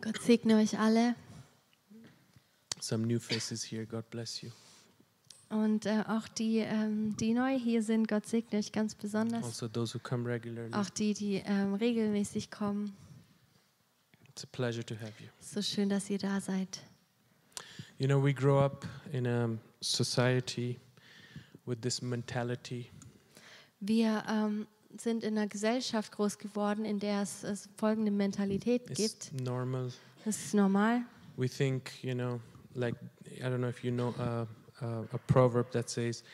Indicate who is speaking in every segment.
Speaker 1: Gott segne euch alle
Speaker 2: Some new faces here. God bless you.
Speaker 1: und äh, auch die, ähm, die neu hier sind. Gott segne euch ganz besonders.
Speaker 2: Also those who come regularly.
Speaker 1: Auch die, die ähm, regelmäßig kommen.
Speaker 2: It's a pleasure to have you.
Speaker 1: So schön, dass ihr da seid.
Speaker 2: You know, we grow up in a um, society with this mentality
Speaker 1: Wir ähm, sind in einer Gesellschaft groß geworden, in der es, es folgende Mentalität
Speaker 2: It's
Speaker 1: gibt.
Speaker 2: normal.
Speaker 1: Das ist normal.
Speaker 2: We think, you know, like I don't know if you know uh, uh, a proverb that says,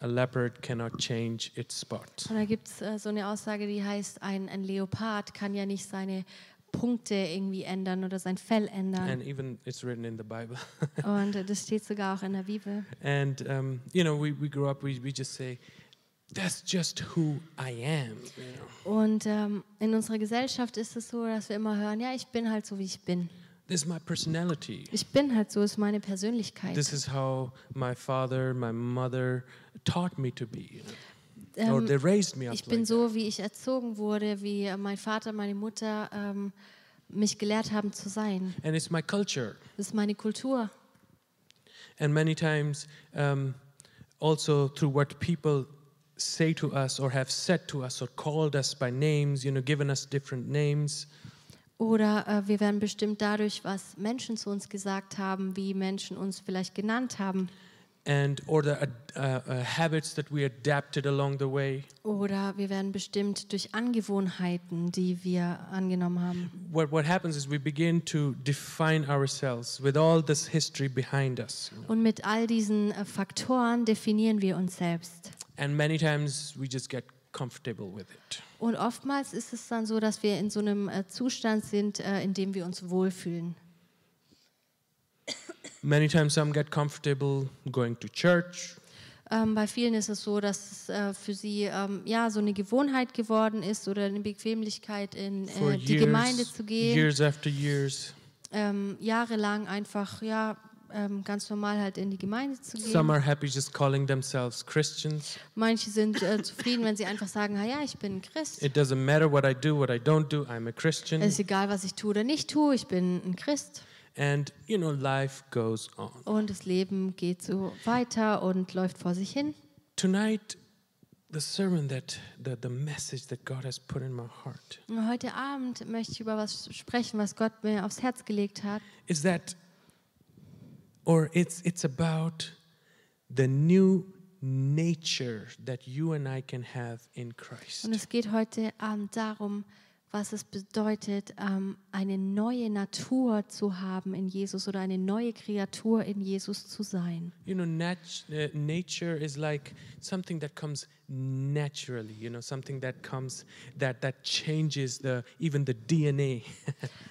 Speaker 2: "A leopard cannot change its spot."
Speaker 1: Und da gibt es äh, so eine Aussage, die heißt, ein, ein Leopard kann ja nicht seine Punkte irgendwie ändern oder sein Fell ändern.
Speaker 2: And even it's written in the Bible.
Speaker 1: Und äh, das steht sogar auch in der Bibel.
Speaker 2: And um, you know, we, we grow up. We, we just say, "That's just who I am." You know,
Speaker 1: Und ähm, in unserer Gesellschaft ist es so, dass wir immer hören, ja, ich bin halt so, wie ich bin.
Speaker 2: this is my personality.
Speaker 1: Ich bin halt so, ist meine Persönlichkeit.
Speaker 2: This is how my father, my mother taught me to be. You know? or
Speaker 1: Ähm,
Speaker 2: they raised me up
Speaker 1: ich bin
Speaker 2: like
Speaker 1: so, wie ich erzogen wurde, wie äh, mein Vater, meine Mutter ähm, mich gelehrt haben zu sein.
Speaker 2: that. and it's my culture
Speaker 1: Das ist meine Kultur.
Speaker 2: and many times um, also through what people say to us or have said to us or called us by names you know given us different names
Speaker 1: Oder äh, wir werden bestimmt dadurch, was Menschen zu uns gesagt haben, wie Menschen uns vielleicht genannt haben.
Speaker 2: and or the uh, uh, uh, habits that we adapted along the way
Speaker 1: Oder wir werden bestimmt durch Angewohnheiten, die wir angenommen haben.
Speaker 2: what, what happens is we begin to define ourselves with all this history behind us you know.
Speaker 1: Und mit all diesen äh, Faktoren definieren wir uns selbst.
Speaker 2: and many times we just get comfortable with it
Speaker 1: Und oftmals ist es dann so, dass wir in so einem äh, Zustand sind, äh, in dem wir uns wohlfühlen.
Speaker 2: many times some get comfortable going to church
Speaker 1: Ähm, bei vielen ist es so, dass es äh, für sie ähm, ja so eine Gewohnheit geworden ist oder eine Bequemlichkeit, in
Speaker 2: for
Speaker 1: äh, die
Speaker 2: years,
Speaker 1: Gemeinde zu gehen.
Speaker 2: years after years.
Speaker 1: ähm, jahrelang einfach ja ähm, ganz normal halt in die Gemeinde zu gehen.
Speaker 2: Some are happy just calling themselves Christians.
Speaker 1: Manche sind äh, zufrieden, wenn sie einfach sagen, "Ah ja, ich bin ein Christ.
Speaker 2: It doesn't matter what I do, what I don't do. I'm a Christian,
Speaker 1: Es ist egal, was ich tue oder nicht tue, ich bin ein Christ
Speaker 2: and you know life goes on.
Speaker 1: und das Leben geht so weiter und läuft vor sich hin.
Speaker 2: Tonight, the sermon that the, the message that God has put in my heart
Speaker 1: Und heute Abend möchte ich über was sprechen, was Gott mir aufs Herz gelegt hat.
Speaker 2: is that, or it's it's about the new nature that you and I can have in Christ.
Speaker 1: Und es geht heute Abend darum, was es bedeutet, ähm, eine neue Natur zu haben in Jesus oder eine neue Kreatur in Jesus zu sein.
Speaker 2: You know, nat- uh, nature is like something that comes naturally. You know, something that comes that that changes the even the DNA.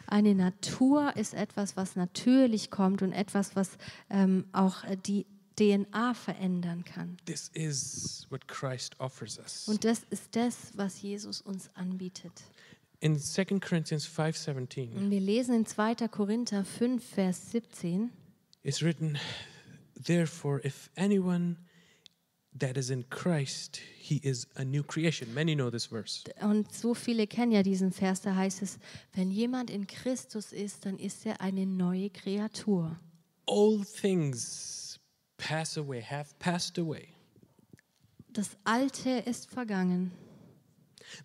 Speaker 1: Eine Natur ist etwas, was natürlich kommt und etwas, was ähm, auch äh, die DNA verändern kann.
Speaker 2: this is what Christ offers us.
Speaker 1: Und das ist das, was Jesus uns anbietet.
Speaker 2: In 2 Corinthians five seventeen,
Speaker 1: Und wir lesen in 2. Korinther 5, Vers 17.
Speaker 2: it's written, "Therefore, if anyone that is in Christ, he is a new creation." Many know this verse.
Speaker 1: Und so viele kennen ja diesen Vers, da heißt es, wenn jemand in Christus ist, dann ist er eine neue Kreatur.
Speaker 2: All things pass away, have passed away.
Speaker 1: Das Alte ist vergangen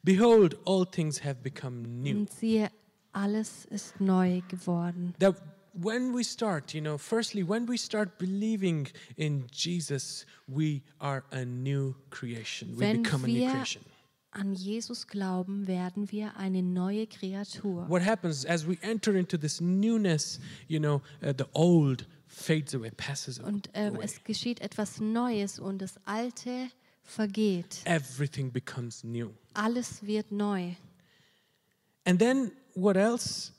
Speaker 2: Behold, all things have become new.
Speaker 1: und siehe, alles ist neu geworden.
Speaker 2: that when we start, you know, firstly, when we start believing in Jesus, we are a new creation. We
Speaker 1: Wenn
Speaker 2: become a new
Speaker 1: wir-
Speaker 2: creation.
Speaker 1: An Jesus glauben, werden wir eine neue Kreatur.
Speaker 2: What happens as we enter into this newness, you know, uh, the old fades away, passes a-
Speaker 1: Und ähm,
Speaker 2: away.
Speaker 1: es geschieht etwas Neues und das Alte vergeht.
Speaker 2: Everything becomes new.
Speaker 1: Alles wird neu.
Speaker 2: And then what else?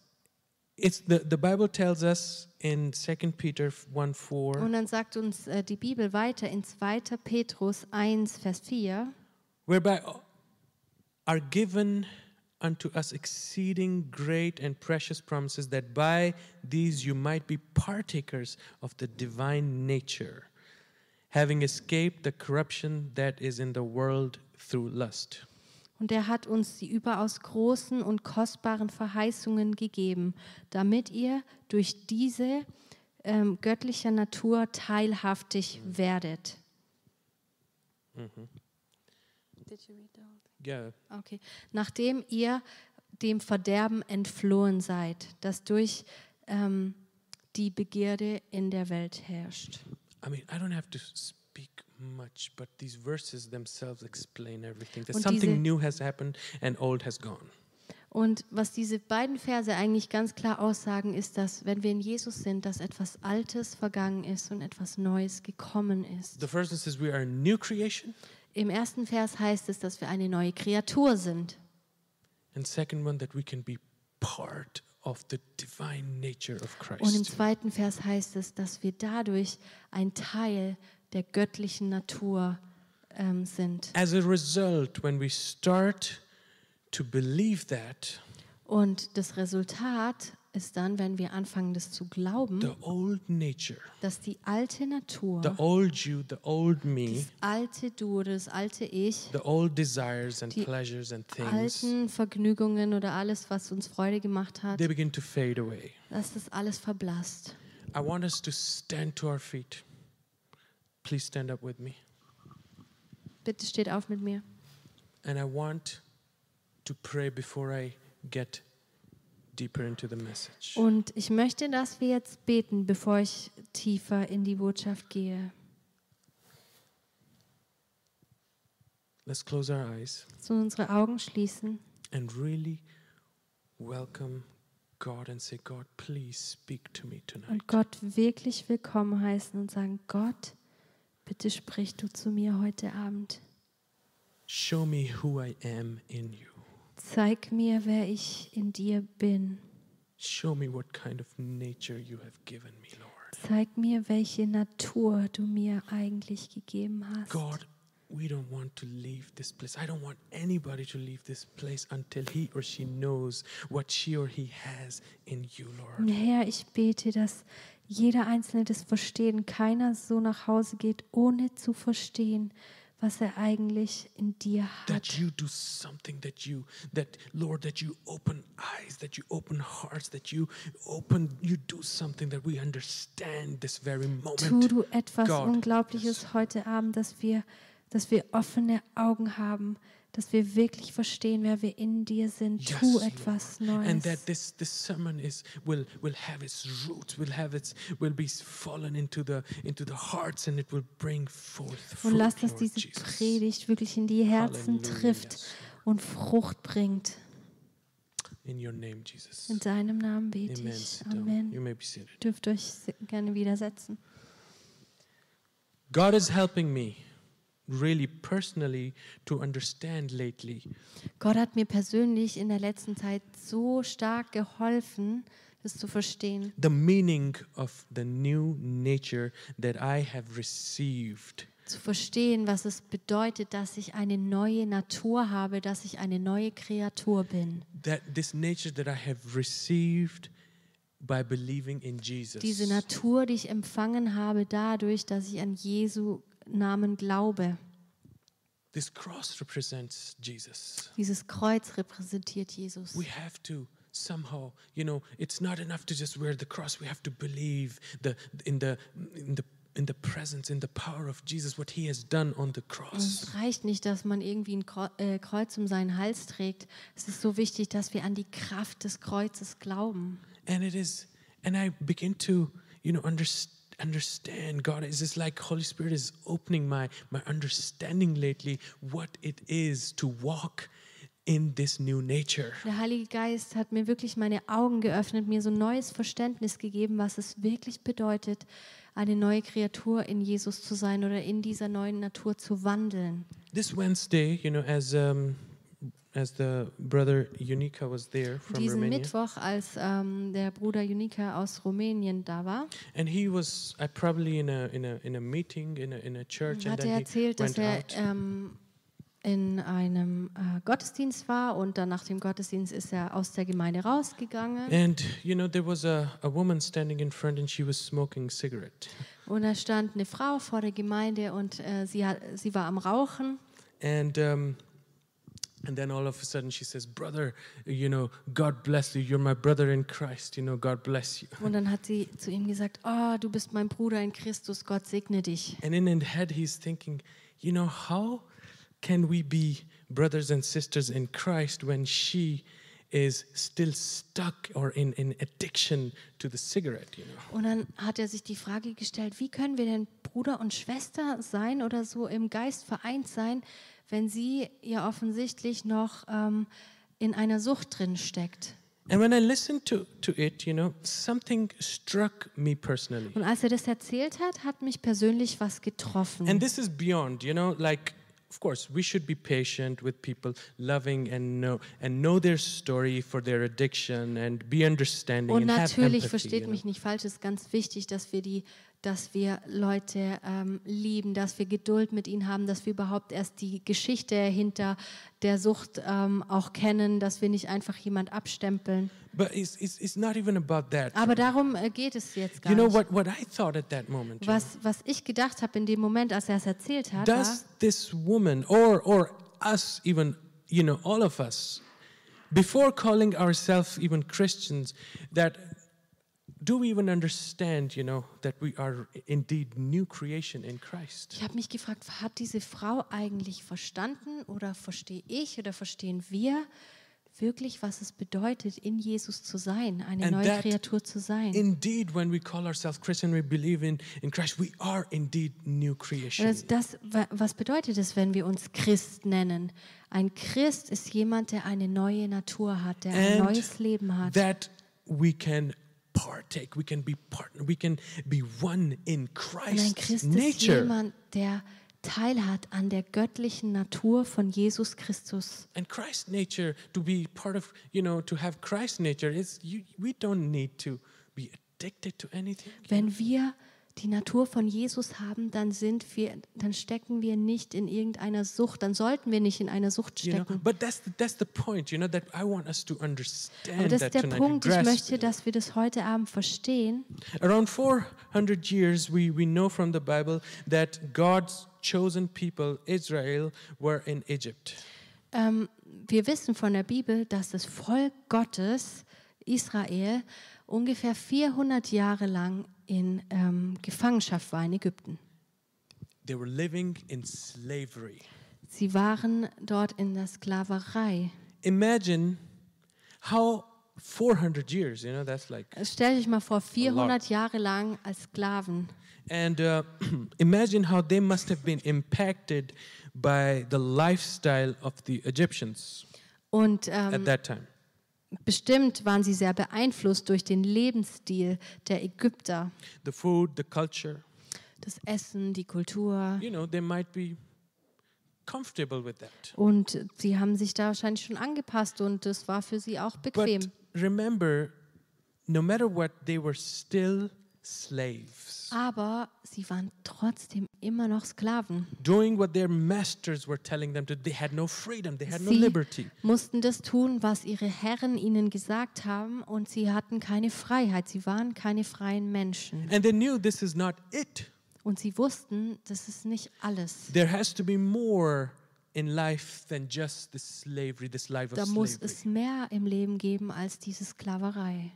Speaker 2: It's the, the Bible tells us in 2 Peter 1 4,
Speaker 1: Und dann sagt uns äh, die Bibel weiter in 2. Petrus 1, Vers 4.
Speaker 2: whereby are given unto us exceeding great and precious promises, that by these you might be partakers of the divine nature, having escaped the corruption that is in the world through lust.
Speaker 1: Und Und er hat uns die überaus großen und kostbaren Verheißungen gegeben, damit ihr durch diese ähm, göttlicher Natur teilhaftig werdet.
Speaker 3: Did you read the whole thing?
Speaker 2: Yeah.
Speaker 1: Okay. Nachdem ihr dem Verderben entflohen seid, das durch ähm, die Begierde in der Welt herrscht.
Speaker 2: I mean, I don't have to speak much, but these verses themselves explain everything. That
Speaker 1: Und diese-
Speaker 2: something new has happened and old has gone.
Speaker 1: Und was diese beiden Verse eigentlich ganz klar aussagen, ist, dass wenn wir in Jesus sind, dass etwas Altes vergangen ist und etwas Neues gekommen ist.
Speaker 2: The first one says we are a new creation,
Speaker 1: Im ersten Vers heißt es, dass wir eine neue Kreatur sind.
Speaker 2: and second one that we can be part of the divine nature of
Speaker 1: Und im
Speaker 2: Christ.
Speaker 1: zweiten Vers heißt es, dass wir dadurch ein Teil der göttlichen Natur ähm, sind.
Speaker 2: As a result, when we start to believe that,
Speaker 1: Und das Resultat ist dann, wenn wir anfangen, das zu glauben,
Speaker 2: the old nature,
Speaker 1: dass die alte Natur,
Speaker 2: the old you, the old me,
Speaker 1: das alte Du, oder das alte Ich,
Speaker 2: the old desires and
Speaker 1: Die
Speaker 2: pleasures and things,
Speaker 1: alten Vergnügungen oder alles, was uns Freude gemacht hat,
Speaker 2: they begin to fade away.
Speaker 1: dass das alles verblasst.
Speaker 2: I want us to stand to our feet. Please stand up with me.
Speaker 1: Bitte steht auf mit mir.
Speaker 2: And I want to pray before I get deeper into the message.
Speaker 1: Und ich möchte, dass wir jetzt beten, bevor ich tiefer in die Botschaft gehe.
Speaker 2: Let's close our eyes
Speaker 1: Lass uns unsere Augen schließen
Speaker 2: and really welcome God and say, God, please speak to me tonight.
Speaker 1: und Gott wirklich willkommen heißen und sagen, Gott, bitte sprich du zu mir heute Abend.
Speaker 2: Show me who I am in you.
Speaker 1: Zeig mir, wer ich in dir bin.
Speaker 2: Show me what kind of nature you have given me, Lord.
Speaker 1: Zeig mir, welche Natur du mir eigentlich gegeben hast.
Speaker 2: God, we don't want to leave this place. I don't want anybody to leave this place until he or she knows what she or he has in you,
Speaker 1: Und
Speaker 2: Lord.
Speaker 1: Herr, ich bete, dass jeder Einzelne das verstehen, keiner so nach Hause geht, ohne zu verstehen, was er eigentlich in dir
Speaker 2: That
Speaker 1: hat.
Speaker 2: you do something that you, that Lord, that you open eyes, that you open hearts, that you open, you do something that we understand this very
Speaker 1: Tu
Speaker 2: moment.
Speaker 1: du etwas
Speaker 2: God.
Speaker 1: Unglaubliches heute Abend, dass wir, dass wir offene Augen haben, dass wir wirklich verstehen, wer wir in dir sind.
Speaker 2: Yes,
Speaker 1: Tu etwas
Speaker 2: Lord. And that
Speaker 1: Neues.
Speaker 2: this this sermon is will will have its roots, will have its will be fallen into the into the hearts, and it will bring forth fruit,
Speaker 1: Und lass, dass
Speaker 2: Lord
Speaker 1: diese
Speaker 2: Jesus.
Speaker 1: Predigt wirklich in die Herzen
Speaker 2: Halleluja,
Speaker 1: trifft
Speaker 2: yes,
Speaker 1: und Frucht bringt.
Speaker 2: In your name, Jesus.
Speaker 1: In deinem Namen bete
Speaker 2: Amen.
Speaker 1: ich.
Speaker 2: Sit down. You
Speaker 1: Amen.
Speaker 2: may be seated.
Speaker 1: Dürft euch se- gerne widersetzen.
Speaker 2: God is helping me, really personally, to understand lately
Speaker 1: Gott hat mir persönlich in der letzten Zeit so stark geholfen, das zu verstehen.
Speaker 2: the meaning of the new nature that I have received.
Speaker 1: Zu verstehen, was es bedeutet, dass ich eine neue Natur habe, dass ich eine neue Kreatur bin.
Speaker 2: That this nature that I have received by believing in Jesus.
Speaker 1: Diese Natur, die ich empfangen habe, dadurch, dass ich an Jesu Namen glaube.
Speaker 2: This cross represents Jesus.
Speaker 1: Dieses Kreuz repräsentiert Jesus.
Speaker 2: We have to somehow, you know, it's not enough to just wear the cross. We have to believe the in the in the in the presence, in the power of Jesus, what He has done on the cross.
Speaker 1: Es reicht nicht, dass man irgendwie ein Kreu- äh, Kreuz um seinen Hals trägt. Es ist so wichtig, dass wir an die Kraft des Kreuzes glauben.
Speaker 2: And it is, and I begin to, you know, underst- understand God. It's just like Holy Spirit is opening my my understanding lately what it is to walk in this new nature.
Speaker 1: Der Heilige Geist hat mir wirklich meine Augen geöffnet, mir so ein neues Verständnis gegeben, was es wirklich bedeutet, eine neue Kreatur in Jesus zu sein oder in dieser neuen Natur zu wandeln.
Speaker 2: This Wednesday, you know, as um, as the brother Unica was there from
Speaker 1: Diesen
Speaker 2: Romania,
Speaker 1: Mittwoch, als ähm, der Bruder Junika aus Rumänien da war,
Speaker 2: and he was I probably in a in a in a meeting in a in a church, and
Speaker 1: hat
Speaker 2: then
Speaker 1: er
Speaker 2: he
Speaker 1: erzählt, dass
Speaker 2: went
Speaker 1: er
Speaker 2: out.
Speaker 1: ähm, in einem äh, Gottesdienst war und dann nach dem Gottesdienst ist er aus der Gemeinde rausgegangen.
Speaker 2: and you know, there was a, a woman standing in front, and she was smoking cigarette.
Speaker 1: Und da stand eine Frau vor der Gemeinde und äh, sie, hat, sie war am Rauchen.
Speaker 2: And um, And then all of a sudden she says, Brother, you know, God bless you. You're my brother in Christ. You know, God bless you.
Speaker 1: Und dann hat sie zu ihm gesagt, oh, du bist mein Bruder in Christus, Gott segne dich.
Speaker 2: And in his head, he's thinking, You know, how can we be brothers and sisters in Christ when she is still stuck or in, in addiction to the cigarette, you know?
Speaker 1: Und dann hat er sich die Frage gestellt, wie können wir denn Bruder und Schwester sein oder so im Geist vereint sein, wenn sie ja offensichtlich noch ähm, in einer Sucht drin steckt.
Speaker 2: And when I listened to, to it, you know, something struck me personally.
Speaker 1: Und als er das erzählt hat, hat mich persönlich was getroffen.
Speaker 2: And this is beyond, you know, like of course we should be patient with people, loving and know and know their story for their addiction and be understanding
Speaker 1: Und
Speaker 2: and have
Speaker 1: natürlich
Speaker 2: empathy.
Speaker 1: versteht
Speaker 2: you know.
Speaker 1: mich nicht falsch, es ist ganz wichtig, dass wir die, dass wir Leute ähm, lieben, dass wir Geduld mit ihnen haben, dass wir überhaupt erst die Geschichte hinter der Sucht ähm, auch kennen, dass wir nicht einfach jemand abstempeln.
Speaker 2: But it's, it's, it's not even about that.
Speaker 1: Aber darum äh, geht es jetzt gar
Speaker 2: You know
Speaker 1: nicht.
Speaker 2: what, what I thought at that moment? you know?
Speaker 1: was, was ich gedacht habe in dem Moment, als er es erzählt hat, war,
Speaker 2: Does this woman or or us even, you know, all of us, before calling ourselves even Christians, that do we even understand, you know, that we are indeed new creation in Christ?
Speaker 1: ich habe mich gefragt, hat diese Frau eigentlich verstanden oder verstehe ich oder verstehen wir wirklich, was es bedeutet, in Jesus zu sein, eine
Speaker 2: And
Speaker 1: neue
Speaker 2: that
Speaker 1: Kreatur zu sein?
Speaker 2: Indeed, when we call ourselves Christian, we believe in, in Christ, we are indeed new
Speaker 1: Und
Speaker 2: creation.
Speaker 1: das, das, wa- was bedeutet es, wenn wir uns Christ nennen? Ein Christ ist jemand, der eine neue Natur hat, der ein
Speaker 2: And
Speaker 1: neues Leben hat.
Speaker 2: That we can partake, we can be partner, we can be one in
Speaker 1: Und ein
Speaker 2: Christ's
Speaker 1: Christ ist
Speaker 2: nature.
Speaker 1: jemand, der Teil hat an der göttlichen Natur von Jesus Christus.
Speaker 2: And Christ's nature, to be part of, you know, to have Christ's nature, is you, we don't need to be addicted to anything.
Speaker 1: Wenn wir die Natur von Jesus haben, dann sind wir, dann stecken wir nicht in irgendeiner Sucht, dann sollten wir nicht in einer Sucht
Speaker 2: You know,
Speaker 1: stecken.
Speaker 2: but that's the, that's the point, you know, that I want us to
Speaker 1: Aber
Speaker 2: understand
Speaker 1: das
Speaker 2: that
Speaker 1: ist der
Speaker 2: tonight.
Speaker 1: Punkt. Ich
Speaker 2: grasp
Speaker 1: möchte,
Speaker 2: it.
Speaker 1: dass wir das heute Abend verstehen.
Speaker 2: Around 400 years, we, we know from the Bible that God's chosen people, Israel, were in Egypt.
Speaker 1: Ähm, wir wissen von der Bibel, dass das Volk Gottes, Israel, ungefähr 400 Jahre lang in ähm, Gefangenschaft war in Ägypten.
Speaker 2: They were living in slavery.
Speaker 1: Sie waren dort in der Sklaverei.
Speaker 2: Imagine how 400 years, you know, that's like
Speaker 1: Stellt euch mal vor, 400 Jahre lang als Sklaven.
Speaker 2: And uh, imagine how they must have been impacted by the lifestyle of the Egyptians
Speaker 1: Und
Speaker 2: at
Speaker 1: ähm,
Speaker 2: that time.
Speaker 1: bestimmt waren sie sehr beeinflusst durch den Lebensstil der Ägypter.
Speaker 2: The food, the culture,
Speaker 1: Das Essen, die Kultur.
Speaker 2: you know, they might be comfortable with that.
Speaker 1: Und sie haben sich da wahrscheinlich schon angepasst und das war für sie auch bequem.
Speaker 2: But remember, no matter what, they were still slaves,
Speaker 1: Aber sie waren trotzdem immer noch Sklaven.
Speaker 2: doing what their masters were telling them to. They had no freedom, they had no
Speaker 1: Sie
Speaker 2: liberty.
Speaker 1: mussten das tun, was ihre Herren ihnen gesagt haben und sie hatten keine Freiheit. Sie waren keine freien Menschen.
Speaker 2: And they knew this is not it.
Speaker 1: Und sie wussten, das ist nicht alles.
Speaker 2: There has to be more in life than just this slavery, this life of
Speaker 1: Da muss
Speaker 2: slavery.
Speaker 1: es mehr im Leben geben als diese Sklaverei.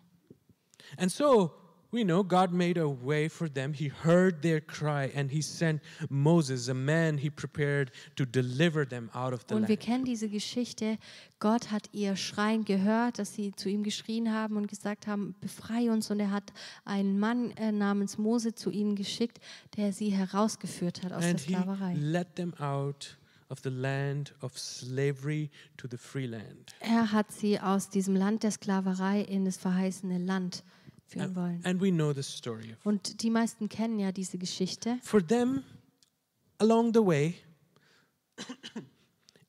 Speaker 2: And so we know God made a way for them. He heard their cry and he sent Moses, a man he prepared to deliver them out of the
Speaker 1: Und wir
Speaker 2: land.
Speaker 1: kennen diese Geschichte. Gott hat ihr Schreien gehört, dass sie zu ihm geschrien haben und gesagt haben, befreie uns. Und er hat einen Mann äh, namens Mose zu ihnen geschickt, der sie herausgeführt hat aus
Speaker 2: And
Speaker 1: der
Speaker 2: he
Speaker 1: Sklaverei.
Speaker 2: led them out of the land of slavery to the free land.
Speaker 1: Er hat sie aus diesem Land der Sklaverei in das verheißene Land führen wollen.
Speaker 2: And we know the story of.
Speaker 1: Und die meisten kennen ja diese Geschichte.
Speaker 2: For them, along the way,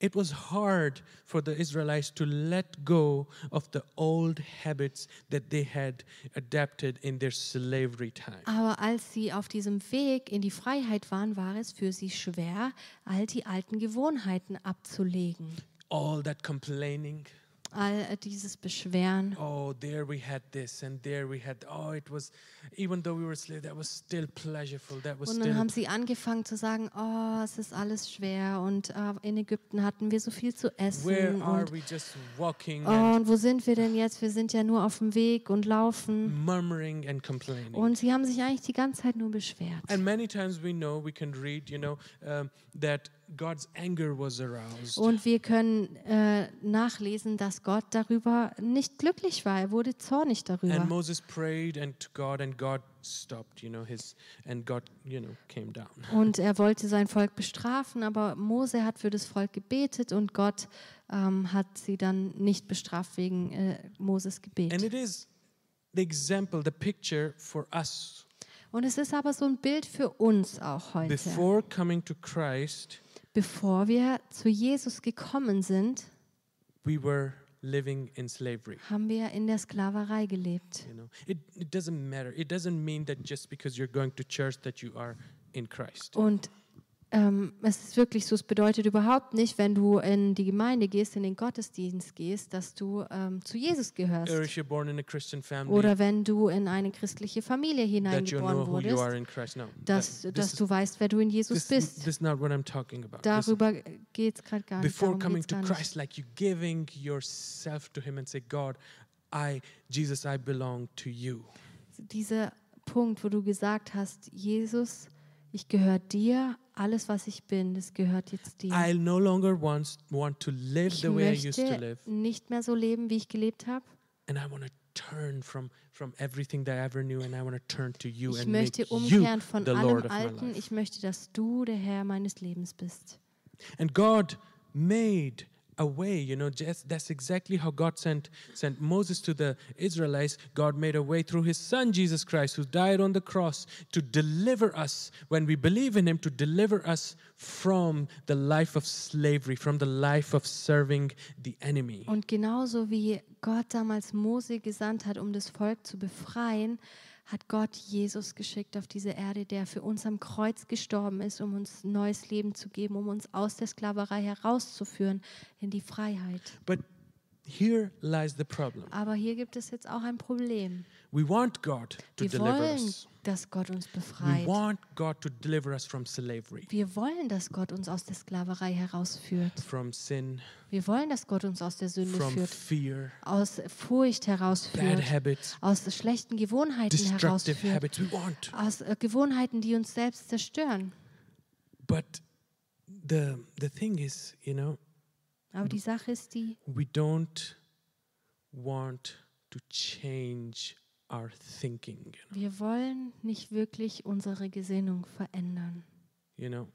Speaker 2: it was hard for the Israelites to let go of the old habits that they had adapted in their slavery time.
Speaker 1: Aber als sie auf diesem Weg in die Freiheit waren, war es für sie schwer, all die alten Gewohnheiten abzulegen.
Speaker 2: all that complaining,
Speaker 1: all äh, dieses Beschweren.
Speaker 2: Oh, there we had this, and there we had. Oh, it was, even though we were slaves, that was still pleasureful. That was
Speaker 1: Und dann
Speaker 2: still.
Speaker 1: haben sie angefangen zu sagen, oh, es ist alles schwer und äh, in Ägypten hatten wir so viel zu
Speaker 2: Where
Speaker 1: essen
Speaker 2: are
Speaker 1: Mm, und,
Speaker 2: we just walking
Speaker 1: oh,
Speaker 2: and
Speaker 1: und wo sind wir denn jetzt? Wir sind ja nur auf dem Weg und laufen.
Speaker 2: murmuring and complaining?
Speaker 1: Um, Und sie haben sich eigentlich die ganze Zeit nur beschwert.
Speaker 2: Hm. and many times we know we can read, you know, um, that God's anger was aroused.
Speaker 1: Und wir können äh, nachlesen, dass Gott darüber nicht glücklich war. Er wurde zornig
Speaker 2: And
Speaker 1: darüber.
Speaker 2: Moses prayed and to God, and God stopped, you know, his and God, you know, came down.
Speaker 1: Und er wollte sein Volk bestrafen, aber Mose hat für das Volk gebetet und Gott ähm, hat sie dann nicht bestraft wegen äh, Moses
Speaker 2: And
Speaker 1: Gebet.
Speaker 2: it is the example, the picture for us
Speaker 1: Und es ist aber so ein Bild für uns auch heute.
Speaker 2: before coming to Christ.
Speaker 1: Bevor wir zu Jesus gekommen sind,
Speaker 2: We were living in slavery.
Speaker 1: haben wir in der Sklaverei gelebt.
Speaker 2: You know, it, it doesn't matter. It doesn't mean that just because you're going to church that you are in Christ.
Speaker 1: Und ähm, es ist wirklich so, es bedeutet überhaupt nicht, wenn du in die Gemeinde gehst, in den Gottesdienst gehst, dass du ähm, zu Jesus
Speaker 2: Or
Speaker 1: gehörst.
Speaker 2: if you're born in a Christian family,
Speaker 1: Oder wenn du in eine christliche Familie
Speaker 2: that you know
Speaker 1: hineingeboren
Speaker 2: who you
Speaker 1: wurdest,
Speaker 2: are in Christ. No, that-
Speaker 1: dass,
Speaker 2: this
Speaker 1: dass
Speaker 2: is-
Speaker 1: du weißt, wer du in Jesus
Speaker 2: this, this
Speaker 1: bist.
Speaker 2: is not what I'm talking about. This is-
Speaker 1: Darüber geht es gerade gar nicht.
Speaker 2: before
Speaker 1: Darum
Speaker 2: coming
Speaker 1: geht's
Speaker 2: to
Speaker 1: gar nicht.
Speaker 2: Christ, like you giving yourself to Him and say, God, I, Jesus, I belong to you.
Speaker 1: Dieser Punkt, wo du gesagt hast, Jesus, ich gehöre dir, alles, was ich bin, das gehört jetzt dir.
Speaker 2: I no longer want, want to live
Speaker 1: Mm. ich
Speaker 2: the way I used to
Speaker 1: möchte
Speaker 2: live,
Speaker 1: nicht mehr so leben, wie ich gelebt habe.
Speaker 2: and I want to turn from from everything that I ever knew, and I want to turn to you
Speaker 1: Ich
Speaker 2: and make
Speaker 1: möchte
Speaker 2: you
Speaker 1: umkehren von
Speaker 2: the
Speaker 1: allem
Speaker 2: Lord of my
Speaker 1: Alten.
Speaker 2: life.
Speaker 1: Ich möchte, dass du der Herr meines Lebens bist.
Speaker 2: And God made a way, you know, just, that's exactly how God sent sent Moses to the Israelites. God made a way through his son Jesus Christ who died on the cross to deliver us when we believe in him to deliver us from the life of slavery, from the life of serving the enemy.
Speaker 1: Und genauso wie Gott damals Mose gesandt hat, um das Volk zu befreien, hat Gott Jesus geschickt auf diese Erde, der für uns am Kreuz gestorben ist, um uns neues Leben zu geben, um uns aus der Sklaverei herauszuführen in die Freiheit.
Speaker 2: But here lies the problem.
Speaker 1: Aber hier gibt es jetzt auch ein Problem.
Speaker 2: We want God to
Speaker 1: Wir
Speaker 2: deliver
Speaker 1: wollen,
Speaker 2: us.
Speaker 1: dass Gott uns
Speaker 2: We
Speaker 1: befreit.
Speaker 2: want God to deliver us from slavery,
Speaker 1: Wir wollen, dass Gott uns aus der Sklaverei herausführt.
Speaker 2: from sin,
Speaker 1: Wir wollen, dass Gott uns aus der Sünde
Speaker 2: from
Speaker 1: führt.
Speaker 2: fear,
Speaker 1: aus Furcht
Speaker 2: bad
Speaker 1: herausführt,
Speaker 2: habits.
Speaker 1: aus schlechten Gewohnheiten
Speaker 2: destructive
Speaker 1: herausführt,
Speaker 2: habits we want.
Speaker 1: aus äh, Gewohnheiten, die uns selbst zerstören.
Speaker 2: But the the thing is, you know,
Speaker 1: Aber die Sache ist die,
Speaker 2: we don't want to change our thinking.
Speaker 1: wir wollen nicht wirklich unsere Gesinnung verändern.
Speaker 2: You know,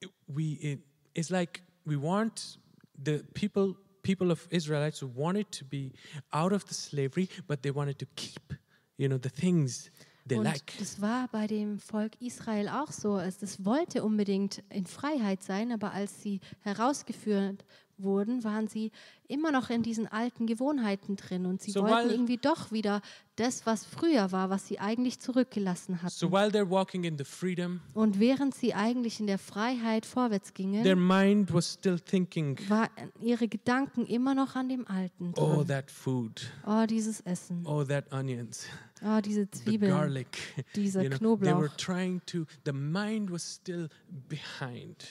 Speaker 2: It- we it, it's like we want the people people of Israelites wanted to be out of the slavery, but they wanted to keep, you know, the things they
Speaker 1: Und
Speaker 2: like.
Speaker 1: das war bei dem Volk Israel auch so. Es es wollte unbedingt in Freiheit sein, aber als sie herausgeführt wurden, waren sie immer noch in diesen alten Gewohnheiten drin und sie
Speaker 2: So
Speaker 1: wollten
Speaker 2: while-
Speaker 1: irgendwie doch wieder das, was früher war, was sie eigentlich zurückgelassen hatten.
Speaker 2: So while they're walking in the freedom,
Speaker 1: Und während sie eigentlich in der Freiheit vorwärts
Speaker 2: their
Speaker 1: gingen,
Speaker 2: mind was still thinking,
Speaker 1: waren ihre Gedanken immer noch an dem Alten
Speaker 2: "Oh,
Speaker 1: dran.
Speaker 2: that food,
Speaker 1: Oh, dieses Essen.
Speaker 2: oh, that onions."
Speaker 1: Oh, diese
Speaker 2: the
Speaker 1: Zwiebeln.
Speaker 2: garlic.
Speaker 1: dieser
Speaker 2: They were
Speaker 1: Knoblauch.
Speaker 2: trying to, the mind was still behind,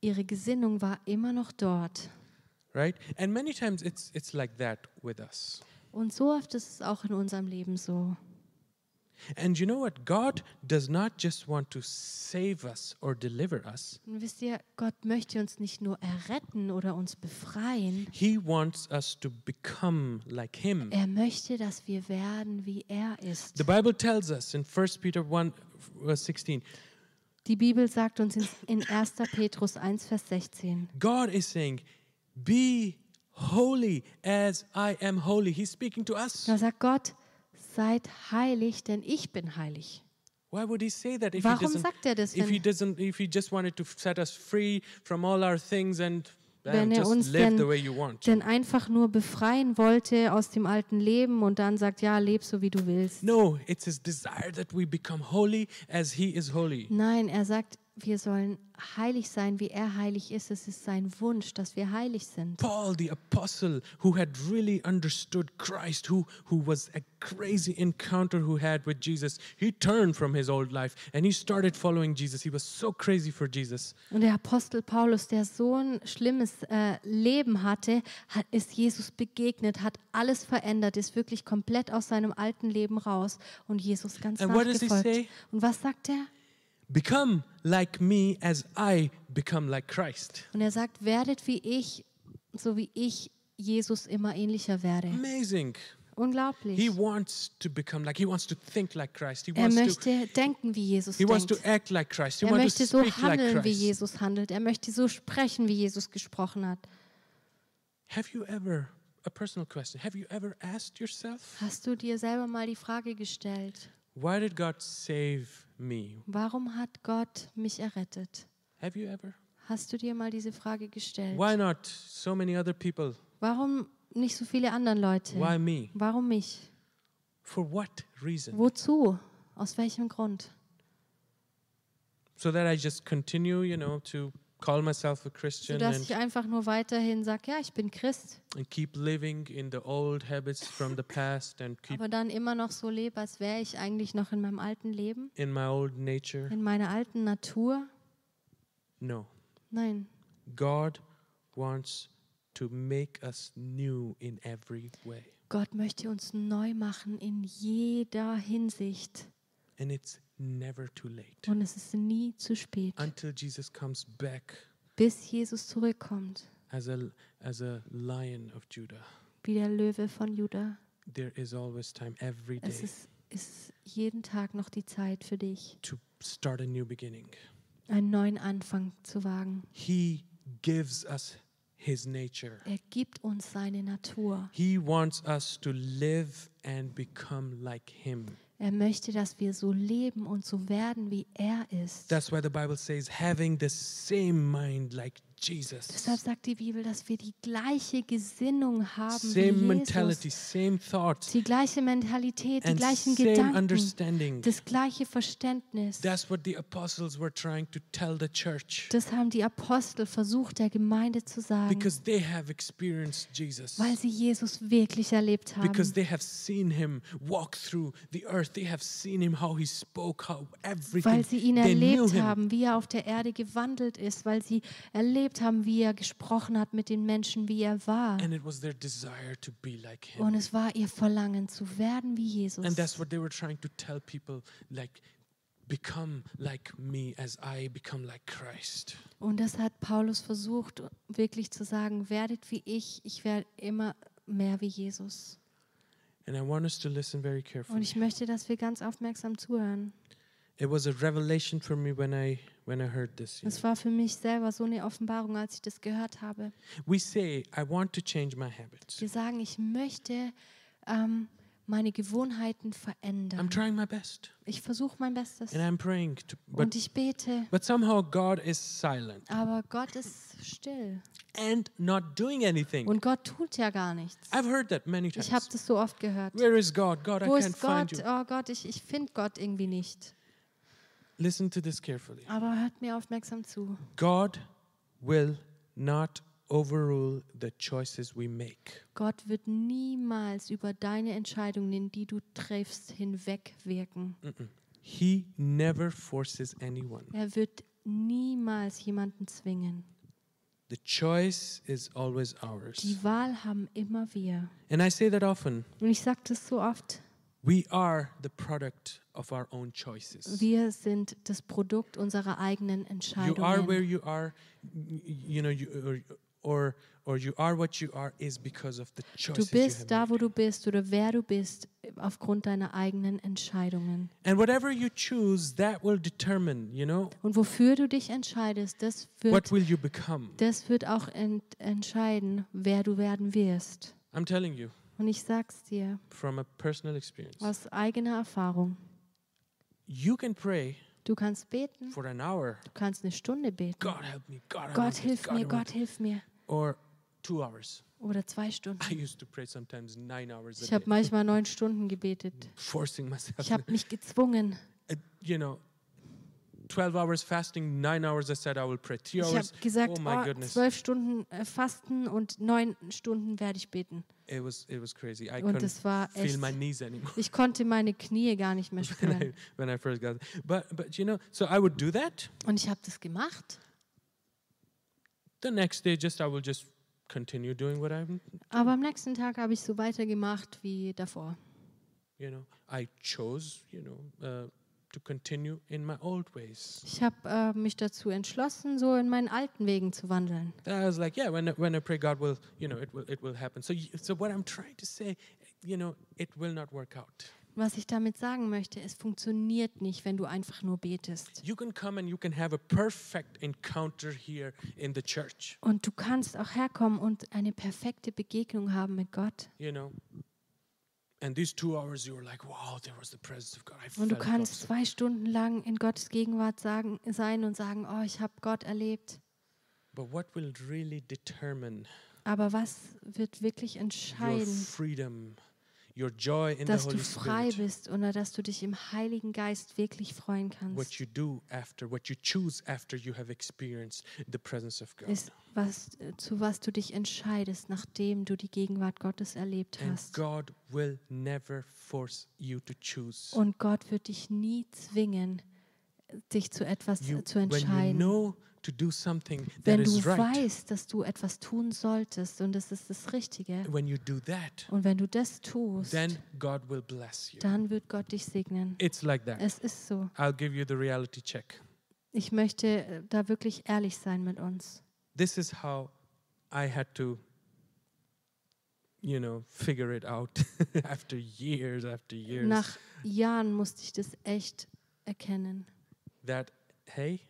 Speaker 1: Ihre Gesinnung war immer noch dort.
Speaker 2: right? And many times it's, it's like that with us.
Speaker 1: Und so oft ist es auch in unserem Leben so.
Speaker 2: And you know what? God does not just want to save us or deliver us,
Speaker 1: Und wisst ihr, Gott möchte uns nicht nur erretten oder uns befreien.
Speaker 2: He wants us to become like Him.
Speaker 1: Er möchte, dass wir werden, wie er
Speaker 2: The
Speaker 1: ist.
Speaker 2: Bible tells us in 1 Peter 1, verse 16,
Speaker 1: Die Bibel sagt uns in- in 1. Petrus 1, Vers 16.
Speaker 2: God is saying, Be holy as I am holy. He's speaking to us.
Speaker 1: Da sagt Gott, seid heilig, denn ich bin heilig.
Speaker 2: Why would he say that if
Speaker 1: Warum
Speaker 2: he doesn't,
Speaker 1: sagt er das,
Speaker 2: if he
Speaker 1: wenn-
Speaker 2: doesn't if he just wanted to set us free from all our things and bam,
Speaker 1: wenn er
Speaker 2: just
Speaker 1: uns
Speaker 2: live the
Speaker 1: denn,
Speaker 2: way you want?
Speaker 1: denn einfach nur befreien wollte aus dem alten Leben und dann sagt, ja, leb so wie du willst.
Speaker 2: No, it's his desire that we become holy as he is holy.
Speaker 1: Nein, er sagt, wir sollen heilig sein, wie er heilig ist. Es ist sein Wunsch, dass wir heilig sind.
Speaker 2: Paul, the apostle, who had really understood Christ, who, who was a crazy encounter who had with Jesus, he turned from his old life and he started following Jesus. He was so crazy for Jesus.
Speaker 1: Und der Apostel Paulus, der so ein schlimmes äh, Leben hatte, hat, ist Jesus begegnet, hat alles verändert, ist wirklich komplett aus seinem alten Leben raus und Jesus ganz
Speaker 2: And what does he say?
Speaker 1: nachgefolgt. Und was sagt er?
Speaker 2: Become like me as I become like Christ.
Speaker 1: Und er sagt, werdet wie ich, so wie ich Jesus immer ähnlicher werde.
Speaker 2: Amazing. He
Speaker 1: Unglaublich.
Speaker 2: wants to become like, he wants to think like Christ. He
Speaker 1: Er
Speaker 2: wants to,
Speaker 1: möchte denken, wie Jesus
Speaker 2: he wants
Speaker 1: denkt.
Speaker 2: to act like Christ. He
Speaker 1: Er
Speaker 2: wants
Speaker 1: möchte
Speaker 2: to
Speaker 1: so
Speaker 2: speak like
Speaker 1: handeln, wie
Speaker 2: Christ.
Speaker 1: Jesus handelt. Er möchte so sprechen, wie Jesus gesprochen hat.
Speaker 2: Have you ever, a personal question, have you ever asked yourself,
Speaker 1: Hast du dir selber mal die Frage gestellt,
Speaker 2: why did God save me?
Speaker 1: warum hat Gott mich errettet?
Speaker 2: Have you ever?
Speaker 1: Hast du dir mal diese Frage gestellt?
Speaker 2: Why not so many other people?
Speaker 1: Warum nicht so viele anderen Leute?
Speaker 2: Why me?
Speaker 1: Warum mich?
Speaker 2: For what reason?
Speaker 1: Wozu? Aus welchem Grund?
Speaker 2: So that I just continue, you know, to call myself a Christian
Speaker 1: Sodass ich
Speaker 2: and,
Speaker 1: einfach nur weiterhin sage, ja, ich bin Christ,
Speaker 2: and keep living in the old habits from the past and keep
Speaker 1: aber dann immer noch so lebe, als wäre ich eigentlich noch in meinem alten Leben,
Speaker 2: in my old nature.
Speaker 1: in meiner alten Natur.
Speaker 2: No.
Speaker 1: Nein,
Speaker 2: God wants to make us new in every way.
Speaker 1: Gott möchte uns neu machen in jeder Hinsicht.
Speaker 2: And it's never too late.
Speaker 1: Und es ist nie zu spät,
Speaker 2: Until Jesus comes back
Speaker 1: bis Jesus zurückkommt,
Speaker 2: as a as a lion of Judah.
Speaker 1: wie der Löwe von Juda.
Speaker 2: There is always time every
Speaker 1: Es
Speaker 2: day
Speaker 1: ist, ist jeden Tag noch die Zeit für dich,
Speaker 2: to start a new beginning.
Speaker 1: einen neuen Anfang zu wagen.
Speaker 2: He gives us his nature.
Speaker 1: Er gibt uns seine Natur.
Speaker 2: He wants us to live and become like him.
Speaker 1: Er möchte, dass wir so leben und so werden, wie er ist.
Speaker 2: That's why the Bible says having the same mind like Jesus.
Speaker 1: Deshalb sagt die Bibel, dass wir die gleiche Gesinnung haben
Speaker 2: Same
Speaker 1: wie
Speaker 2: mentality,
Speaker 1: Jesus.
Speaker 2: same thoughts
Speaker 1: Die gleiche Mentalität, die
Speaker 2: and
Speaker 1: gleichen
Speaker 2: same
Speaker 1: Gedanken.
Speaker 2: understanding.
Speaker 1: das gleiche Verständnis.
Speaker 2: That's what the apostles were trying to tell the church
Speaker 1: Das haben die Apostel versucht, der Gemeinde zu sagen,
Speaker 2: because they have experienced Jesus.
Speaker 1: weil sie Jesus wirklich erlebt
Speaker 2: Because
Speaker 1: haben.
Speaker 2: they have seen him walk through the earth. They have seen him how he spoke, how everything.
Speaker 1: Weil sie ihn
Speaker 2: they knew
Speaker 1: erlebt
Speaker 2: him.
Speaker 1: haben, wie er auf der Erde gewandelt ist, weil sie erlebt haben, wie er gesprochen hat mit den Menschen, wie er war.
Speaker 2: And it was their desire to be like him.
Speaker 1: Und es war ihr Verlangen, zu werden wie
Speaker 2: And
Speaker 1: Jesus.
Speaker 2: that's what they were trying to tell people like, become like me as I become like Christ.
Speaker 1: Und das hat Paulus versucht, wirklich zu sagen, werdet wie ich, ich werde immer mehr wie Jesus.
Speaker 2: And I want us to listen very
Speaker 1: Und
Speaker 2: carefully.
Speaker 1: ich möchte, dass wir ganz aufmerksam zuhören.
Speaker 2: It was a revelation for me when I when I heard this. you know.
Speaker 1: Es war für mich selber so eine Offenbarung, als ich das gehört habe.
Speaker 2: We say, I want to change my habits.
Speaker 1: Wir sagen, ich möchte ähm, meine Gewohnheiten
Speaker 2: I'm
Speaker 1: verändern.
Speaker 2: trying my best.
Speaker 1: Ich versuche mein Bestes
Speaker 2: Um, And I'm praying to, but
Speaker 1: und ich bete,
Speaker 2: but somehow God is silent
Speaker 1: aber Gott ist still
Speaker 2: and not doing anything.
Speaker 1: und Gott tut ja gar nichts.
Speaker 2: I've heard that many
Speaker 1: Ich habe
Speaker 2: times.
Speaker 1: das so oft gehört.
Speaker 2: Where is God? God, I
Speaker 1: Wo
Speaker 2: can't
Speaker 1: ist
Speaker 2: find
Speaker 1: Gott?
Speaker 2: you.
Speaker 1: Oh Gott, ich, ich finde Gott irgendwie nicht.
Speaker 2: Listen to this carefully.
Speaker 1: Aber hört mir aufmerksam zu.
Speaker 2: God will not overrule the choices we make.
Speaker 1: Gott wird niemals über deine Entscheidungen, die du triffst, hinwegwirken.
Speaker 2: Mm. He never forces anyone.
Speaker 1: Er wird niemals jemanden zwingen.
Speaker 2: The choice is always ours.
Speaker 1: Die Wahl haben immer wir.
Speaker 2: And I say that often.
Speaker 1: Und ich sage das so oft,
Speaker 2: We are the product of our own choices.
Speaker 1: wir sind das Produkt unserer eigenen
Speaker 2: You are where
Speaker 1: Entscheidungen.
Speaker 2: you are, y- you know, you, or, or or you are what you are is because of the
Speaker 1: Du
Speaker 2: choices you
Speaker 1: bist
Speaker 2: have
Speaker 1: da, wo du bist oder wer du bist, aufgrund deiner eigenen Entscheidungen.
Speaker 2: made. And whatever you choose, that will determine, you know,
Speaker 1: Und wofür du dich entscheidest, das
Speaker 2: what
Speaker 1: wird,
Speaker 2: will you become.
Speaker 1: das wird auch ent entscheiden, wer du werden wirst.
Speaker 2: I'm telling you
Speaker 1: Und ich sag's dir
Speaker 2: from a personal experience.
Speaker 1: aus eigener Erfahrung.
Speaker 2: You can pray
Speaker 1: Du kannst beten,
Speaker 2: for an hour.
Speaker 1: du kannst eine Stunde beten.
Speaker 2: God help me. God, I want
Speaker 1: Gott
Speaker 2: this,
Speaker 1: hilf
Speaker 2: God, I
Speaker 1: mir,
Speaker 2: want
Speaker 1: Gott
Speaker 2: that."
Speaker 1: hilf mir.
Speaker 2: Or two hours.
Speaker 1: Oder zwei Stunden.
Speaker 2: I used to pray sometimes nine hours
Speaker 1: Ich
Speaker 2: a
Speaker 1: habe
Speaker 2: day,
Speaker 1: manchmal neun Stunden gebetet.
Speaker 2: forcing myself.
Speaker 1: Ich habe mich gezwungen.
Speaker 2: Uh, you know, 12 hours fasting, 9 hours I said I will pray, 3
Speaker 1: Ich habe
Speaker 2: hours.
Speaker 1: gesagt,
Speaker 2: oh my
Speaker 1: oh,
Speaker 2: goodness.
Speaker 1: zwölf Stunden äh, fasten und neun Stunden werde ich beten.
Speaker 2: It was it was crazy. I
Speaker 1: Und
Speaker 2: couldn't
Speaker 1: es war
Speaker 2: feel
Speaker 1: echt-
Speaker 2: my knees anymore
Speaker 1: Ich konnte meine Knie gar nicht mehr
Speaker 2: when
Speaker 1: spüren.
Speaker 2: I, when I first got But but you know, so I would do that.
Speaker 1: Und ich habe das gemacht.
Speaker 2: The next day just I will just continue doing what I'm
Speaker 1: Aber am nächsten Tag habe ich so weitergemacht wie davor.
Speaker 2: you know, I chose, you know, uh, to continue in my old ways.
Speaker 1: Ich habe äh, mich dazu entschlossen, so in meinen alten Wegen zu wandeln.
Speaker 2: Then I was like, yeah, when I- when I pray, God will, you know, it will it will happen. So y- so what I'm trying to say, you know, it will not work out.
Speaker 1: Was ich damit sagen möchte, es funktioniert nicht, wenn du einfach nur betest.
Speaker 2: You can come and you can have a perfect encounter here in the church.
Speaker 1: Und du kannst auch herkommen und eine perfekte Begegnung haben mit Gott.
Speaker 2: You know. And these two hours, you were like, wow, there was the presence of God. I
Speaker 1: Und du
Speaker 2: felt God
Speaker 1: kannst
Speaker 2: so
Speaker 1: zwei Stunden lang in Gottes Gegenwart sagen, sein und sagen, oh, ich habe Gott erlebt.
Speaker 2: But what will really determine
Speaker 1: Aber was wird wirklich
Speaker 2: your
Speaker 1: entscheiden,
Speaker 2: freedom, your joy in the
Speaker 1: dass du
Speaker 2: Holy
Speaker 1: frei
Speaker 2: Spirit,
Speaker 1: bist oder dass du dich im Heiligen Geist wirklich freuen
Speaker 2: what
Speaker 1: kannst?
Speaker 2: you do after, what you choose after you have experienced the presence of God.
Speaker 1: Ist, was, äh, zu was du dich entscheidest, nachdem du die Gegenwart Gottes erlebt
Speaker 2: And
Speaker 1: hast.
Speaker 2: God will never force you to choose.
Speaker 1: Und Gott wird dich nie zwingen, dich zu etwas
Speaker 2: You,
Speaker 1: zu
Speaker 2: when you
Speaker 1: entscheiden.
Speaker 2: know to do something that
Speaker 1: Wenn
Speaker 2: is
Speaker 1: du
Speaker 2: right,
Speaker 1: weißt, dass du etwas tun solltest und es ist das Richtige,
Speaker 2: when you do that,
Speaker 1: und wenn du das tust,
Speaker 2: then God will bless you.
Speaker 1: dann wird Gott dich segnen.
Speaker 2: It's like that.
Speaker 1: Es ist so.
Speaker 2: I'll give you the reality check.
Speaker 1: Ich möchte äh, da wirklich ehrlich sein mit uns.
Speaker 2: This is how I had to, you know, figure it out after years, after years.
Speaker 1: Nach Jahren musste ich das echt erkennen.
Speaker 2: that hey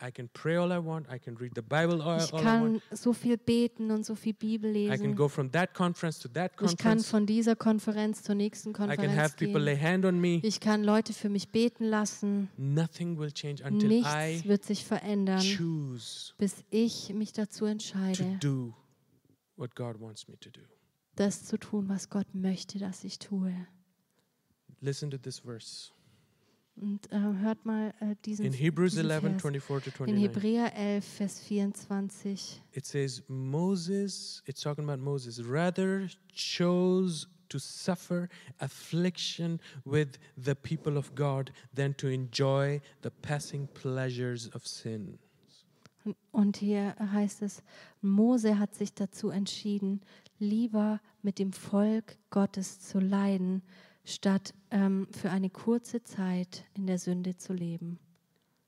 Speaker 2: i can pray all i want i can read the bible all,
Speaker 1: Ich
Speaker 2: all i want
Speaker 1: kann so viel beten und so viel Bibel
Speaker 2: oh, i can
Speaker 1: lesen.
Speaker 2: go from that conference to that
Speaker 1: Ich kann
Speaker 2: conference
Speaker 1: von dieser Konferenz zur nächsten
Speaker 2: i can have
Speaker 1: Konferenz
Speaker 2: people lay
Speaker 1: gehen.
Speaker 2: hand on me
Speaker 1: Ich kann Leute für mich beten lassen.
Speaker 2: nothing will change until i
Speaker 1: Nichts wird sich verändern,
Speaker 2: choose
Speaker 1: bis ich mich dazu
Speaker 2: to
Speaker 1: entscheide,
Speaker 2: do what god wants me to do
Speaker 1: das zu tun, was Gott möchte, dass ich tue.
Speaker 2: listen to this verse
Speaker 1: Und äh, hört mal äh, diesen,
Speaker 2: in hebrews
Speaker 1: diesen
Speaker 2: 11
Speaker 1: Vers.
Speaker 2: 24 to
Speaker 1: In
Speaker 2: 29
Speaker 1: Hebräer 11, Vers 24.
Speaker 2: it says moses it's talking about moses rather chose to suffer affliction with the people of god than to enjoy the passing pleasures of sin
Speaker 1: Und hier heißt es, Mose hat sich dazu entschieden, lieber mit dem Volk Gottes zu leiden, statt ähm, für eine kurze Zeit in der Sünde zu leben.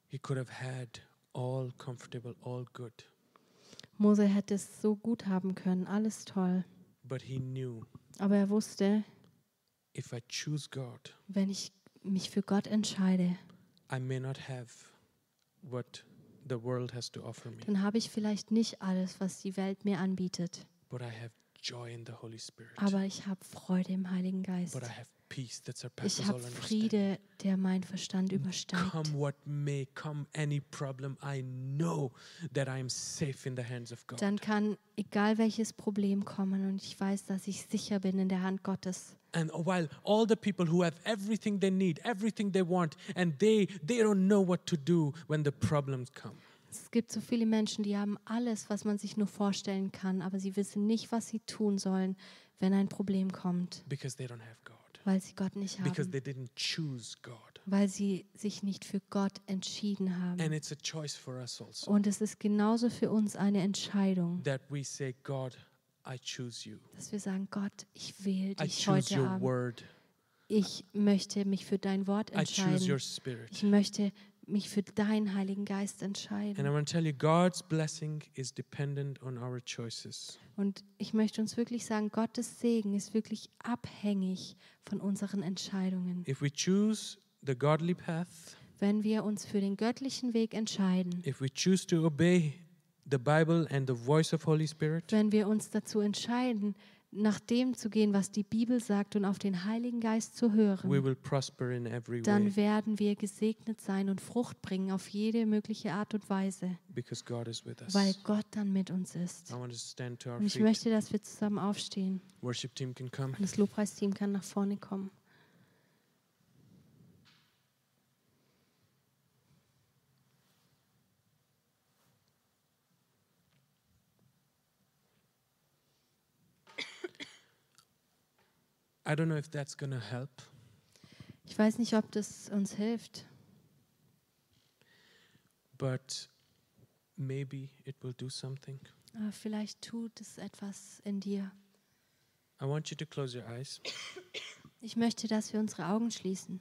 Speaker 2: he could have had all comfortable all good
Speaker 1: Mose hätte es so gut haben können, alles toll.
Speaker 2: but he knew
Speaker 1: Aber er wusste,
Speaker 2: if i choose god
Speaker 1: wenn ich mich für Gott entscheide,
Speaker 2: i may not have what the world has to offer me
Speaker 1: dann habe ich vielleicht nicht alles, was die Welt mir anbietet.
Speaker 2: but i have joy in the holy spirit
Speaker 1: Aber ich habe Freude im Heiligen Geist.
Speaker 2: but i have peace that surpasses
Speaker 1: Ich
Speaker 2: all
Speaker 1: habe
Speaker 2: understanding
Speaker 1: Friede, der mein Verstand übersteigt.
Speaker 2: Come what may, come any problem, I know that I am safe in the hands of God.
Speaker 1: dann kann egal welches Problem kommen und ich weiß, dass ich sicher bin in der Hand Gottes.
Speaker 2: And while all the people who have everything they need, everything they want, and they they don't know what to do when the problems come.
Speaker 1: Es gibt so viele Menschen, die haben alles, was man sich nur vorstellen kann, aber sie wissen nicht, was sie tun sollen, wenn ein Problem kommt,
Speaker 2: Because they don't have God.
Speaker 1: weil sie Gott nicht
Speaker 2: Because
Speaker 1: haben,
Speaker 2: they didn't choose God.
Speaker 1: weil sie sich nicht für Gott entschieden
Speaker 2: And
Speaker 1: haben.
Speaker 2: it's a choice for us also.
Speaker 1: Und es ist genauso für uns eine Entscheidung,
Speaker 2: That we say, God, I choose you.
Speaker 1: dass wir sagen, Gott, ich wähle
Speaker 2: I
Speaker 1: dich
Speaker 2: choose
Speaker 1: heute
Speaker 2: your
Speaker 1: Abend.
Speaker 2: word.
Speaker 1: Ich möchte mich für dein Wort
Speaker 2: I choose your
Speaker 1: entscheiden.
Speaker 2: spirit.
Speaker 1: Ich möchte mich für deinen Heiligen Geist entscheiden.
Speaker 2: And I want to tell you, God's blessing is dependent on our choices.
Speaker 1: Und ich möchte uns wirklich sagen, Gottes Segen ist wirklich abhängig von unseren Entscheidungen.
Speaker 2: If we choose the godly path,
Speaker 1: Wenn wir uns für den göttlichen Weg entscheiden,
Speaker 2: if we choose to obey the bible and the voice of holy spirit
Speaker 1: wenn wir uns dazu entscheiden, nach dem zu gehen, was die Bibel sagt und auf den Heiligen Geist zu
Speaker 2: we
Speaker 1: hören,
Speaker 2: will prosper in every way
Speaker 1: dann werden wir gesegnet sein und Frucht bringen auf jede mögliche Art und Weise,
Speaker 2: because god is with us
Speaker 1: weil Gott dann mit uns ist.
Speaker 2: i want to stand to our
Speaker 1: Und ich
Speaker 2: feet
Speaker 1: möchte, dass wir zusammen aufstehen
Speaker 2: worship team can come
Speaker 1: und das Lobpreisteam kann nach vorne kommen.
Speaker 2: I don't know if that's going to help,
Speaker 1: Ich weiß nicht, ob das uns hilft,
Speaker 2: but maybe it will do something.
Speaker 1: aber Ah, vielleicht tut es etwas in dir.
Speaker 2: I want you to close your eyes.
Speaker 1: Ich möchte, dass wir unsere Augen schließen.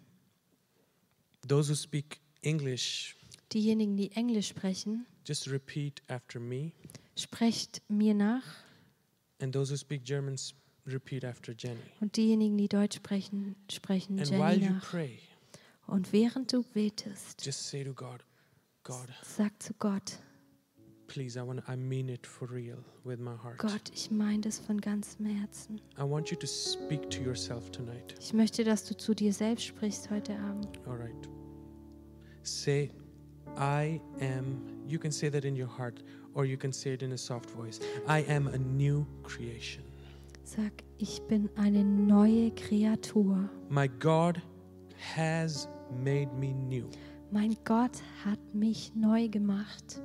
Speaker 2: Those who speak English,
Speaker 1: Diejenigen, die Englisch sprechen,
Speaker 2: just repeat after me.
Speaker 1: sprecht mir nach.
Speaker 2: And those who speak German, s- repeat after Jenny.
Speaker 1: Und diejenigen, die Deutsch sprechen, sprechen
Speaker 2: And while
Speaker 1: Jenny
Speaker 2: you
Speaker 1: nach.
Speaker 2: pray,
Speaker 1: Und während du betest,
Speaker 2: just say to God, God,
Speaker 1: sag zu Gott,
Speaker 2: please, I want I mean it for real with my heart.
Speaker 1: Gott, ich meine das von ganzem Herzen.
Speaker 2: I want you to speak to yourself tonight.
Speaker 1: Ich möchte, dass du zu dir selbst sprichst heute Abend.
Speaker 2: All right. Say, I am, you can say that in your heart or you can say it in a soft voice. I am a new creation.
Speaker 1: Sag, ich bin eine neue Kreatur.
Speaker 2: My God has made me new.
Speaker 1: Mein Gott hat mich neu gemacht.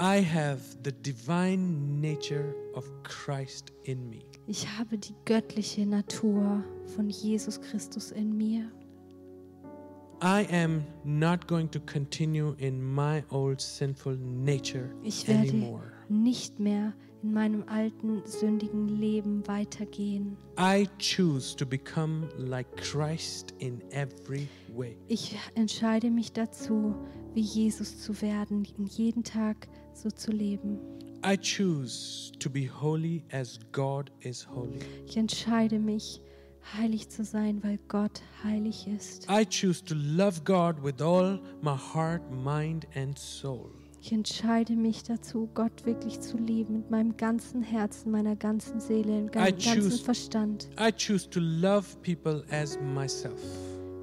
Speaker 2: I have the divine nature of Christ in me.
Speaker 1: Ich habe die göttliche Natur von Jesus Christus in mir.
Speaker 2: I am not going to continue in my old sinful nature
Speaker 1: Ich werde
Speaker 2: anymore.
Speaker 1: nicht mehr in meinem alten, sündigen Leben weitergehen.
Speaker 2: I choose to become like Christ in every way.
Speaker 1: Ich entscheide mich dazu, wie Jesus zu werden, jeden Tag so zu leben.
Speaker 2: I choose to be holy as God is holy.
Speaker 1: Ich entscheide mich, heilig zu sein, weil Gott heilig ist.
Speaker 2: I choose to love God with all my heart, mind, and soul.
Speaker 1: Ich entscheide mich dazu, Gott wirklich zu lieben, mit meinem ganzen Herzen, meiner ganzen Seele, meinem
Speaker 2: I
Speaker 1: ganzen
Speaker 2: choose-
Speaker 1: Verstand.
Speaker 2: I choose to love people as myself.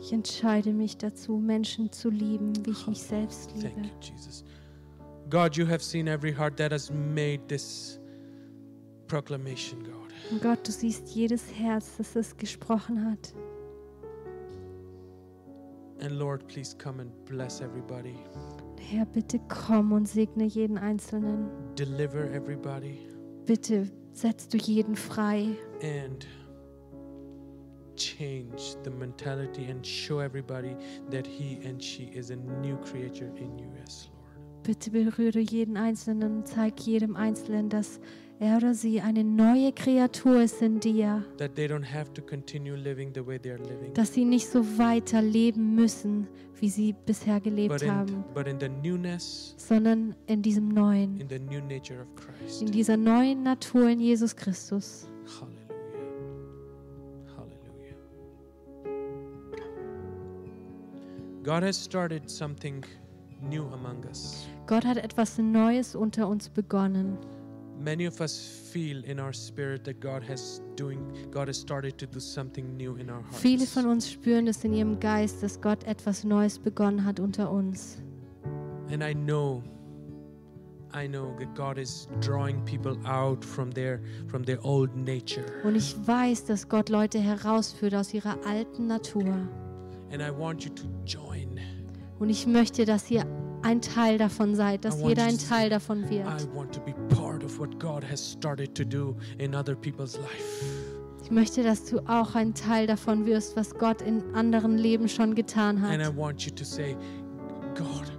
Speaker 1: Ich entscheide mich dazu, Menschen zu lieben, wie ich mich selbst
Speaker 2: Thank
Speaker 1: liebe.
Speaker 2: you, Jesus. God, you have seen every heart that has made this proclamation, God.
Speaker 1: Und Gott, du siehst jedes Herz, das es gesprochen hat.
Speaker 2: And Lord, please come and bless everybody,
Speaker 1: Herr, bitte komm und segne jeden Einzelnen.
Speaker 2: deliver everybody,
Speaker 1: Bitte setzt du jeden frei
Speaker 2: and change the mentality and show everybody that he and she is a new creature in you, yes, Lord.
Speaker 1: Bitte berühre jeden Einzelnen und zeig jedem Einzelnen, dass er oder sie eine neue Kreatur ist in dir,
Speaker 2: That they don't have to continue living the way they are living,
Speaker 1: dass sie nicht so weiter leben müssen, wie sie bisher
Speaker 2: but
Speaker 1: gelebt
Speaker 2: in,
Speaker 1: haben,
Speaker 2: but in the newness,
Speaker 1: sondern in diesem Neuen,
Speaker 2: in the new nature of Christ.
Speaker 1: in dieser neuen Natur in Jesus Christus.
Speaker 2: Hallelujah. Hallelujah. God has started something new among us.
Speaker 1: Gott hat etwas Neues unter uns begonnen.
Speaker 2: Many of us feel in our spirit that God has doing God has started to do something new in our hearts.
Speaker 1: Viele von uns spüren es in ihrem Geist, dass Gott etwas Neues begonnen hat unter uns.
Speaker 2: and I know I know that God is drawing people out from their from their old nature.
Speaker 1: Und ich weiß, dass Gott Leute herausführt aus ihrer alten Natur.
Speaker 2: And I want you to join.
Speaker 1: Und ich möchte, dass ihr ein Teil davon seid,
Speaker 2: I
Speaker 1: dass
Speaker 2: want
Speaker 1: jeder
Speaker 2: you
Speaker 1: ein
Speaker 2: to-
Speaker 1: Teil davon
Speaker 2: I
Speaker 1: wird.
Speaker 2: want to be part of what God has started to do in other people's life.
Speaker 1: Ich möchte, dass du auch ein Teil davon wirst, was Gott in anderen Leben schon getan
Speaker 2: And I
Speaker 1: hat.
Speaker 2: want you to say, God,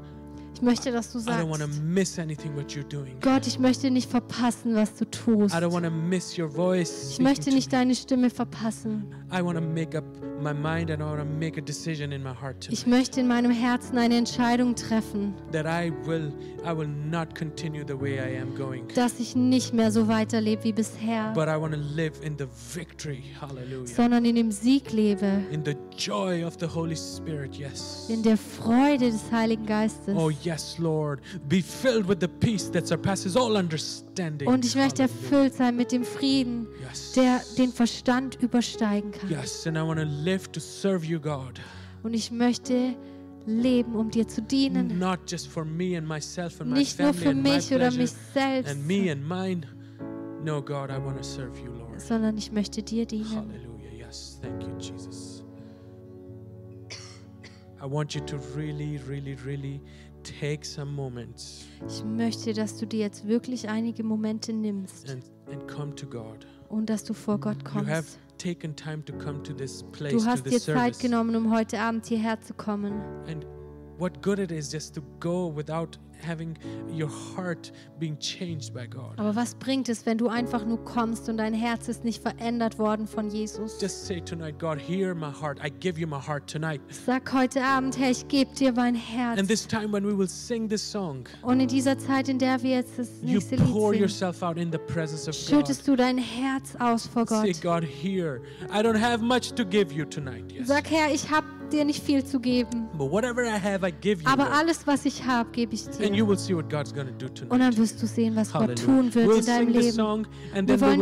Speaker 1: Ich möchte, dass du
Speaker 2: I don't want to
Speaker 1: sagst,
Speaker 2: miss anything what you're doing.
Speaker 1: Gott, ich möchte nicht verpassen, was du tust.
Speaker 2: I don't want to miss your voice.
Speaker 1: Ich
Speaker 2: speaking
Speaker 1: möchte
Speaker 2: to
Speaker 1: nicht
Speaker 2: me.
Speaker 1: deine Stimme verpassen.
Speaker 2: I want to make up my mind and I want to make a decision in my heart tonight
Speaker 1: Ich möchte in meinem Herzen eine Entscheidung treffen,
Speaker 2: that I will I will not continue the way I am going.
Speaker 1: dass ich nicht mehr so weiterlebe wie bisher,
Speaker 2: But I want to live in the victory. Hallelujah.
Speaker 1: sondern in dem Sieg lebe,
Speaker 2: in the joy of the Holy Spirit, yes.
Speaker 1: in der Freude des Heiligen Geistes.
Speaker 2: Oh yes, Lord. Be filled with the peace that surpasses all understanding.
Speaker 1: Und ich möchte
Speaker 2: Hallelujah.
Speaker 1: erfüllt sein mit dem Frieden,
Speaker 2: Yes.
Speaker 1: der den Verstand übersteigen kann.
Speaker 2: Yes, and I want to live to serve you, God.
Speaker 1: Und ich möchte leben, um dir zu dienen.
Speaker 2: Not just for me and myself and my
Speaker 1: Nicht nur
Speaker 2: family
Speaker 1: für
Speaker 2: and my
Speaker 1: mich oder mich
Speaker 2: pleasure
Speaker 1: selbst,
Speaker 2: and me and mine. No, God, I want to serve you, Lord.
Speaker 1: sondern ich möchte dir dienen.
Speaker 2: Hallelujah. Yes, thank you, Jesus. I want you to really, really, really take some moments
Speaker 1: Ich möchte, dass du dir jetzt wirklich einige Momente nimmst
Speaker 2: and, and come to God.
Speaker 1: und dass du vor Gott
Speaker 2: You have
Speaker 1: kommst.
Speaker 2: taken time to come to this place,
Speaker 1: Du
Speaker 2: to
Speaker 1: hast dir
Speaker 2: this
Speaker 1: Zeit
Speaker 2: service.
Speaker 1: genommen, um heute Abend hierher zu kommen.
Speaker 2: And what good it is just to go without having your heart being changed by God.
Speaker 1: Aber was bringt es, wenn du einfach nur kommst und dein Herz ist nicht verändert worden von Jesus?
Speaker 2: Just say tonight, God, hear my heart. I give you my heart tonight.
Speaker 1: Sag heute Abend, Herr, ich gebe dir mein
Speaker 2: And
Speaker 1: Herz.
Speaker 2: this time when we will sing this song,
Speaker 1: Und in dieser Zeit, in der wir jetzt das
Speaker 2: you
Speaker 1: nächste Lied
Speaker 2: pour
Speaker 1: singen,
Speaker 2: yourself out in the presence of God.
Speaker 1: schüttest du dein Herz aus vor
Speaker 2: Say,
Speaker 1: Gott.
Speaker 2: God, here. I don't have much to give you tonight. Yes.
Speaker 1: Sag, Herr, ich habe dir nicht viel zu geben,
Speaker 2: But whatever I have, I give you.
Speaker 1: aber
Speaker 2: Lord.
Speaker 1: alles, was ich habe, gebe ich
Speaker 2: And you
Speaker 1: dir.
Speaker 2: will see what God's going to do tonight.
Speaker 1: Und dann wirst du sehen, was Gott
Speaker 2: Hallelujah.
Speaker 1: tun wird
Speaker 2: We'll
Speaker 1: in deinem
Speaker 2: sing this
Speaker 1: Leben.
Speaker 2: song and
Speaker 1: Wir
Speaker 2: then
Speaker 1: wollen
Speaker 2: we will